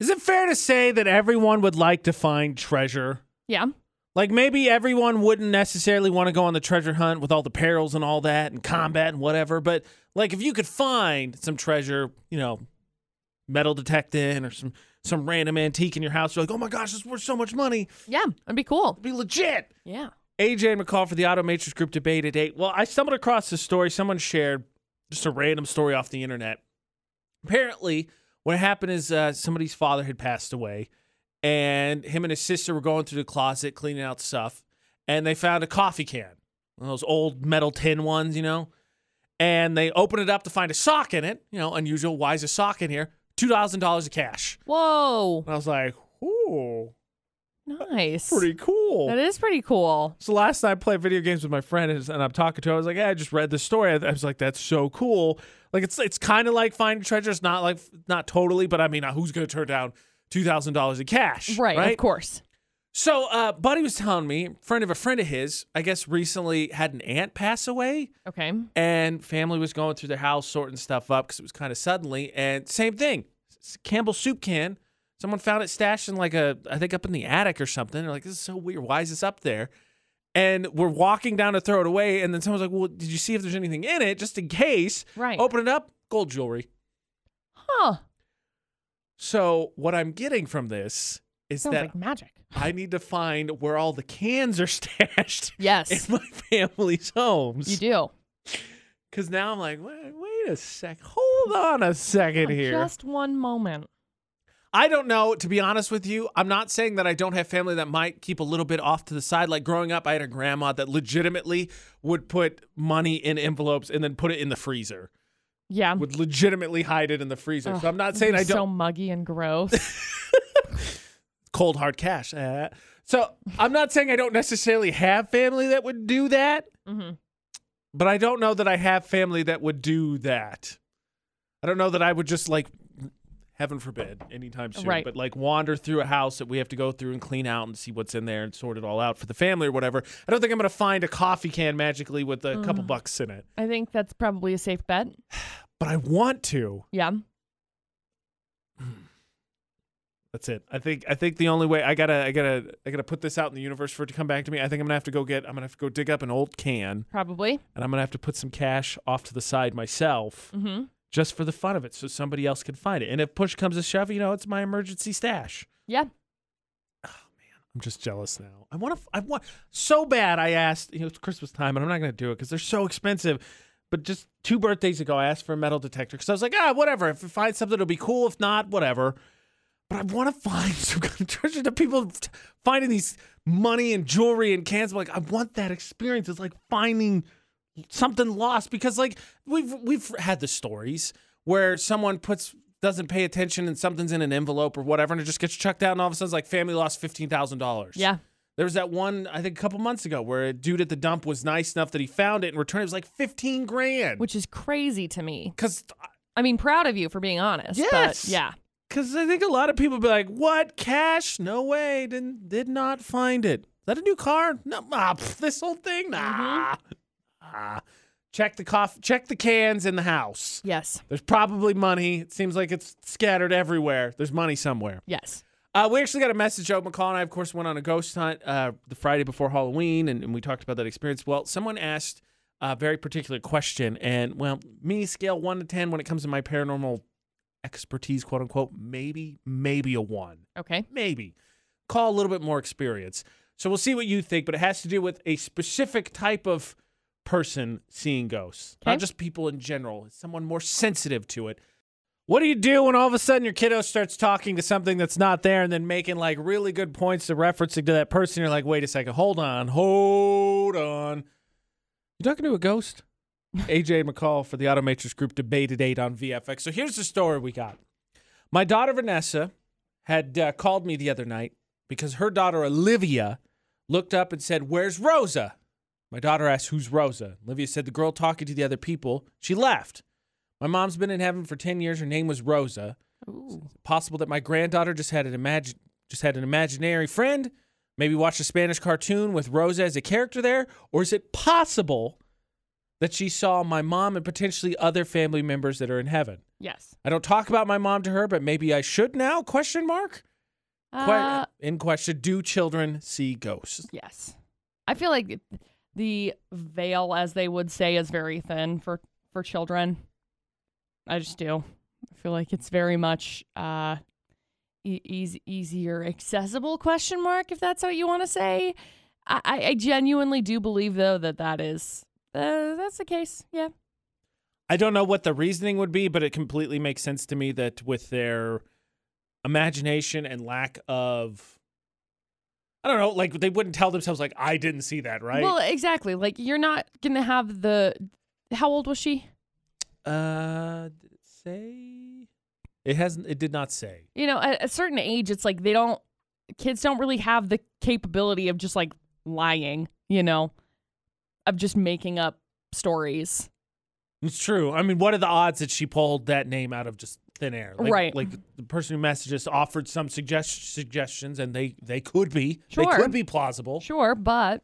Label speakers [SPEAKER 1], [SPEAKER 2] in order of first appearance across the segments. [SPEAKER 1] Is it fair to say that everyone would like to find treasure?
[SPEAKER 2] Yeah.
[SPEAKER 1] Like maybe everyone wouldn't necessarily want to go on the treasure hunt with all the perils and all that and combat and whatever, but like if you could find some treasure, you know, metal detecting or some some random antique in your house, you're like, oh my gosh, it's worth so much money.
[SPEAKER 2] Yeah. That'd be cool.
[SPEAKER 1] It'd be legit.
[SPEAKER 2] Yeah.
[SPEAKER 1] AJ McCall for the Auto Matrix Group debate at eight. Well, I stumbled across this story. Someone shared just a random story off the internet. Apparently, what happened is uh, somebody's father had passed away, and him and his sister were going through the closet cleaning out stuff, and they found a coffee can, one of those old metal tin ones, you know. And they opened it up to find a sock in it. You know, unusual. Why is a sock in here? Two thousand dollars of cash.
[SPEAKER 2] Whoa.
[SPEAKER 1] And I was like, ooh,
[SPEAKER 2] Nice.
[SPEAKER 1] pretty cool.
[SPEAKER 2] That is pretty cool.
[SPEAKER 1] So last night I played video games with my friend and and I'm talking to her. I was like, hey, I just read this story. I I was like, that's so cool. Like it's it's kind of like finding treasure. It's not like not totally, but I mean, uh, who's gonna turn down two thousand dollars in cash?
[SPEAKER 2] Right,
[SPEAKER 1] Right.
[SPEAKER 2] Of course.
[SPEAKER 1] So, uh, buddy was telling me, friend of a friend of his, I guess recently had an aunt pass away,
[SPEAKER 2] Okay.
[SPEAKER 1] and family was going through their house sorting stuff up because it was kind of suddenly. And same thing, s- Campbell's soup can. Someone found it stashed in like a, I think up in the attic or something. They're like, this is so weird. Why is this up there? And we're walking down to throw it away, and then someone's like, well, did you see if there's anything in it, just in case?
[SPEAKER 2] Right.
[SPEAKER 1] Open it up, gold jewelry.
[SPEAKER 2] Huh.
[SPEAKER 1] So what I'm getting from this is
[SPEAKER 2] Sounds
[SPEAKER 1] that
[SPEAKER 2] like magic.
[SPEAKER 1] I need to find where all the cans are stashed in
[SPEAKER 2] Yes.
[SPEAKER 1] my family's homes.
[SPEAKER 2] you do.
[SPEAKER 1] Because now I'm like, wait, wait a sec. Hold on a second here.
[SPEAKER 2] Just one moment.
[SPEAKER 1] I don't know, to be honest with you. I'm not saying that I don't have family that might keep a little bit off to the side. Like growing up, I had a grandma that legitimately would put money in envelopes and then put it in the freezer,
[SPEAKER 2] Yeah.
[SPEAKER 1] would legitimately hide it in the freezer.
[SPEAKER 2] Ugh,
[SPEAKER 1] so I'm not
[SPEAKER 2] it'd
[SPEAKER 1] saying
[SPEAKER 2] be
[SPEAKER 1] I don't.
[SPEAKER 2] So muggy and gross.
[SPEAKER 1] cold hard cash. eh. So I'm not saying I don't necessarily have family that would do that.
[SPEAKER 2] Mhm.
[SPEAKER 1] but I don't know that I have family that would do that. I don't know that I would just like, heaven forbid, anytime soon,
[SPEAKER 2] Right.
[SPEAKER 1] but like wander through a house that we have to go through and clean out and see what's in there and sort it all out for the family or whatever. I don't think I'm going to find a coffee can magically with a couple bucks in it,
[SPEAKER 2] I think that's probably a safe bet.
[SPEAKER 1] but I want to.
[SPEAKER 2] Yeah.
[SPEAKER 1] That's it. I think I think the only way I gotta I gotta I gotta put this out in the universe for it to come back to me. I think I'm gonna have to go get I'm gonna have to go dig up an old can
[SPEAKER 2] Probably.
[SPEAKER 1] and I'm gonna have to put some cash off to the side myself.
[SPEAKER 2] Mm-hmm.
[SPEAKER 1] just for the fun of it so somebody else can find it. And if push comes to shove, you know, it's my emergency stash.
[SPEAKER 2] Yeah.
[SPEAKER 1] I'm just jealous now. I want to, I want so bad. I asked, you know, it's Christmas time and I'm not going to do it because they're so expensive. But just two birthdays ago, I asked for a metal detector because I was like, ah, whatever. If I find something, it'll be cool. If not, whatever. But I want to find some kind of treasure. The people t- finding these money and jewelry and cans. I'm like, I want that experience. It's like finding something lost because like we've we've had the stories where someone puts doesn't pay attention and something's in an envelope or whatever and it just gets chucked out and all of a sudden it's like family lost fifteen thousand dollars.
[SPEAKER 2] Yeah.
[SPEAKER 1] There was that one I think a couple months ago where a dude at the dump was nice enough that he found it and returned it It was like fifteen grand.
[SPEAKER 2] Which is crazy to me.
[SPEAKER 1] because
[SPEAKER 2] I mean, proud of you for being honest.
[SPEAKER 1] Yes.
[SPEAKER 2] But yeah.
[SPEAKER 1] because I think a lot of people be like, what cash? No way. Didn't did not find it. Is that a new car? No. Ah, pff, this whole thing. Nah. Ah. Check the coff. Check the cans in the house.
[SPEAKER 2] Yes.
[SPEAKER 1] There's probably money. It seems like it's scattered everywhere. There's money somewhere.
[SPEAKER 2] Yes.
[SPEAKER 1] Uh, we actually got a message. Joe McCall and I, of course, went on a ghost hunt uh, the Friday before Halloween, and, and we talked about that experience. Well, someone asked a very particular question, and well, me scale one to ten when it comes to my paranormal expertise, quote unquote, maybe, maybe a one
[SPEAKER 2] Okay.
[SPEAKER 1] maybe call a little bit more experience. So we'll see what you think, but it has to do with a specific type of person seeing ghosts,
[SPEAKER 2] Okay.
[SPEAKER 1] not just people in general. It's someone more sensitive to it. What do you do when all of a sudden your kiddo starts talking to something that's not there and then making like really good points to referencing to that person? You're like, wait a second, hold on, hold on. You talking to a ghost? AJ McCall for the Automatrix Group debated eight on VFX. So here's the story we got. My daughter Vanessa had uh, called me the other night because her daughter Olivia looked up and said, Where's Rosa? My daughter asked, Who's Rosa? Olivia said, The girl talking to the other people. She left. My mom's been in heaven for 10 years. Her name was Rosa.
[SPEAKER 2] Ooh.
[SPEAKER 1] Possible that my granddaughter just had an imagine just had an imaginary friend, maybe watched a Spanish cartoon with Rosa as a character there, or is it possible that she saw my mom and potentially other family members that are in heaven.
[SPEAKER 2] Yes.
[SPEAKER 1] I don't talk about my mom to her, but maybe I should now? Question mark. Que-
[SPEAKER 2] Uh,
[SPEAKER 1] in question, do children see ghosts?
[SPEAKER 2] yes. I feel like the veil, as they would say, is very thin for for children. I just do. I feel like it's very much uh, e- easy, easier accessible question mark if that's what you want to say. I, I I genuinely do believe though that that is uh, that's the case. Yeah.
[SPEAKER 1] I don't know what the reasoning would be, but it completely makes sense to me that with their imagination and lack of, I don't know, like they wouldn't tell themselves like I didn't see that, right?
[SPEAKER 2] Well, exactly. Like you're not gonna have the. How old was she?
[SPEAKER 1] uh, did it say it hasn't. It did not say.
[SPEAKER 2] You know, at a certain age, it's like they don't. Kids don't really have the capability of just like lying. You know, of just making up stories.
[SPEAKER 1] It's true. I mean, what are the odds that she pulled that name out of just thin air? Like,
[SPEAKER 2] Right.
[SPEAKER 1] Like the person who messaged us offered some suggest- suggestions, and they they could be
[SPEAKER 2] Sure.
[SPEAKER 1] they could be plausible.
[SPEAKER 2] Sure, but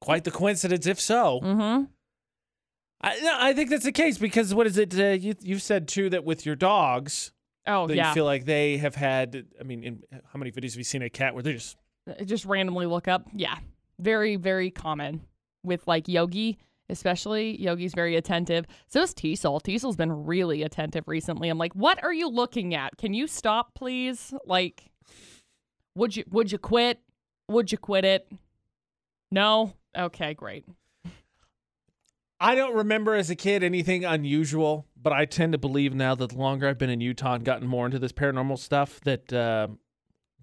[SPEAKER 1] Quite the coincidence, if so.
[SPEAKER 2] mm-hmm.
[SPEAKER 1] I no, I think that's the case because what is it? Uh, you you've said too that with your dogs
[SPEAKER 2] oh
[SPEAKER 1] that
[SPEAKER 2] yeah,
[SPEAKER 1] you feel like they have had. I mean, in, how many videos have you seen a cat where they're just
[SPEAKER 2] uh, just randomly look up. Yeah, very very common with like Yogi. Especially Yogi's very attentive. So is Teasel. Teasel's been really attentive recently. I'm like, what are you looking at? Can you stop, please? Like, would you would you quit? Would you quit it? No. Okay, great.
[SPEAKER 1] I don't remember as a kid anything unusual, but I tend to believe now that the longer I've been in Utah and gotten more into this paranormal stuff, that uh,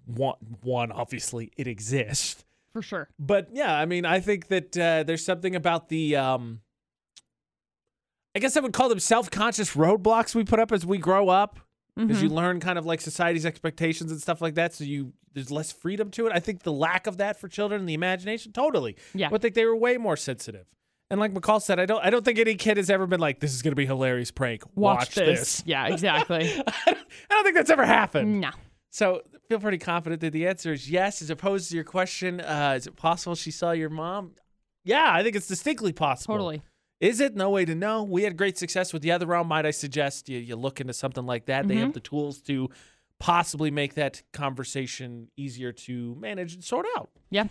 [SPEAKER 1] one, one, obviously it exists.
[SPEAKER 2] For sure.
[SPEAKER 1] But yeah, I mean, I think that uh, there's something about the, um, I guess I would call them self conscious roadblocks we put up as we grow up, as you
[SPEAKER 2] Mm-hmm.
[SPEAKER 1] learn kind of like society's expectations and stuff like that. So you, there's less freedom to it. I think the lack of that for children and the imagination, totally.
[SPEAKER 2] yeah.
[SPEAKER 1] I think they were way more sensitive. And like McCall said, I don't I don't think any kid has ever been like, this is gonna be a hilarious prank. Watch, this. Mm.
[SPEAKER 2] Yeah, exactly.
[SPEAKER 1] I don't- I don't think that's ever happened.
[SPEAKER 2] no.
[SPEAKER 1] So feel pretty confident that the answer is yes. As opposed to your question, uh, is it possible she saw your mom? Yeah, I think it's distinctly possible.
[SPEAKER 2] Totally.
[SPEAKER 1] Is it? No way to know. We had great success with the other round. Might I suggest you, you look into something like that? They have the tools to possibly make that conversation easier to manage and sort out.
[SPEAKER 2] Yeah.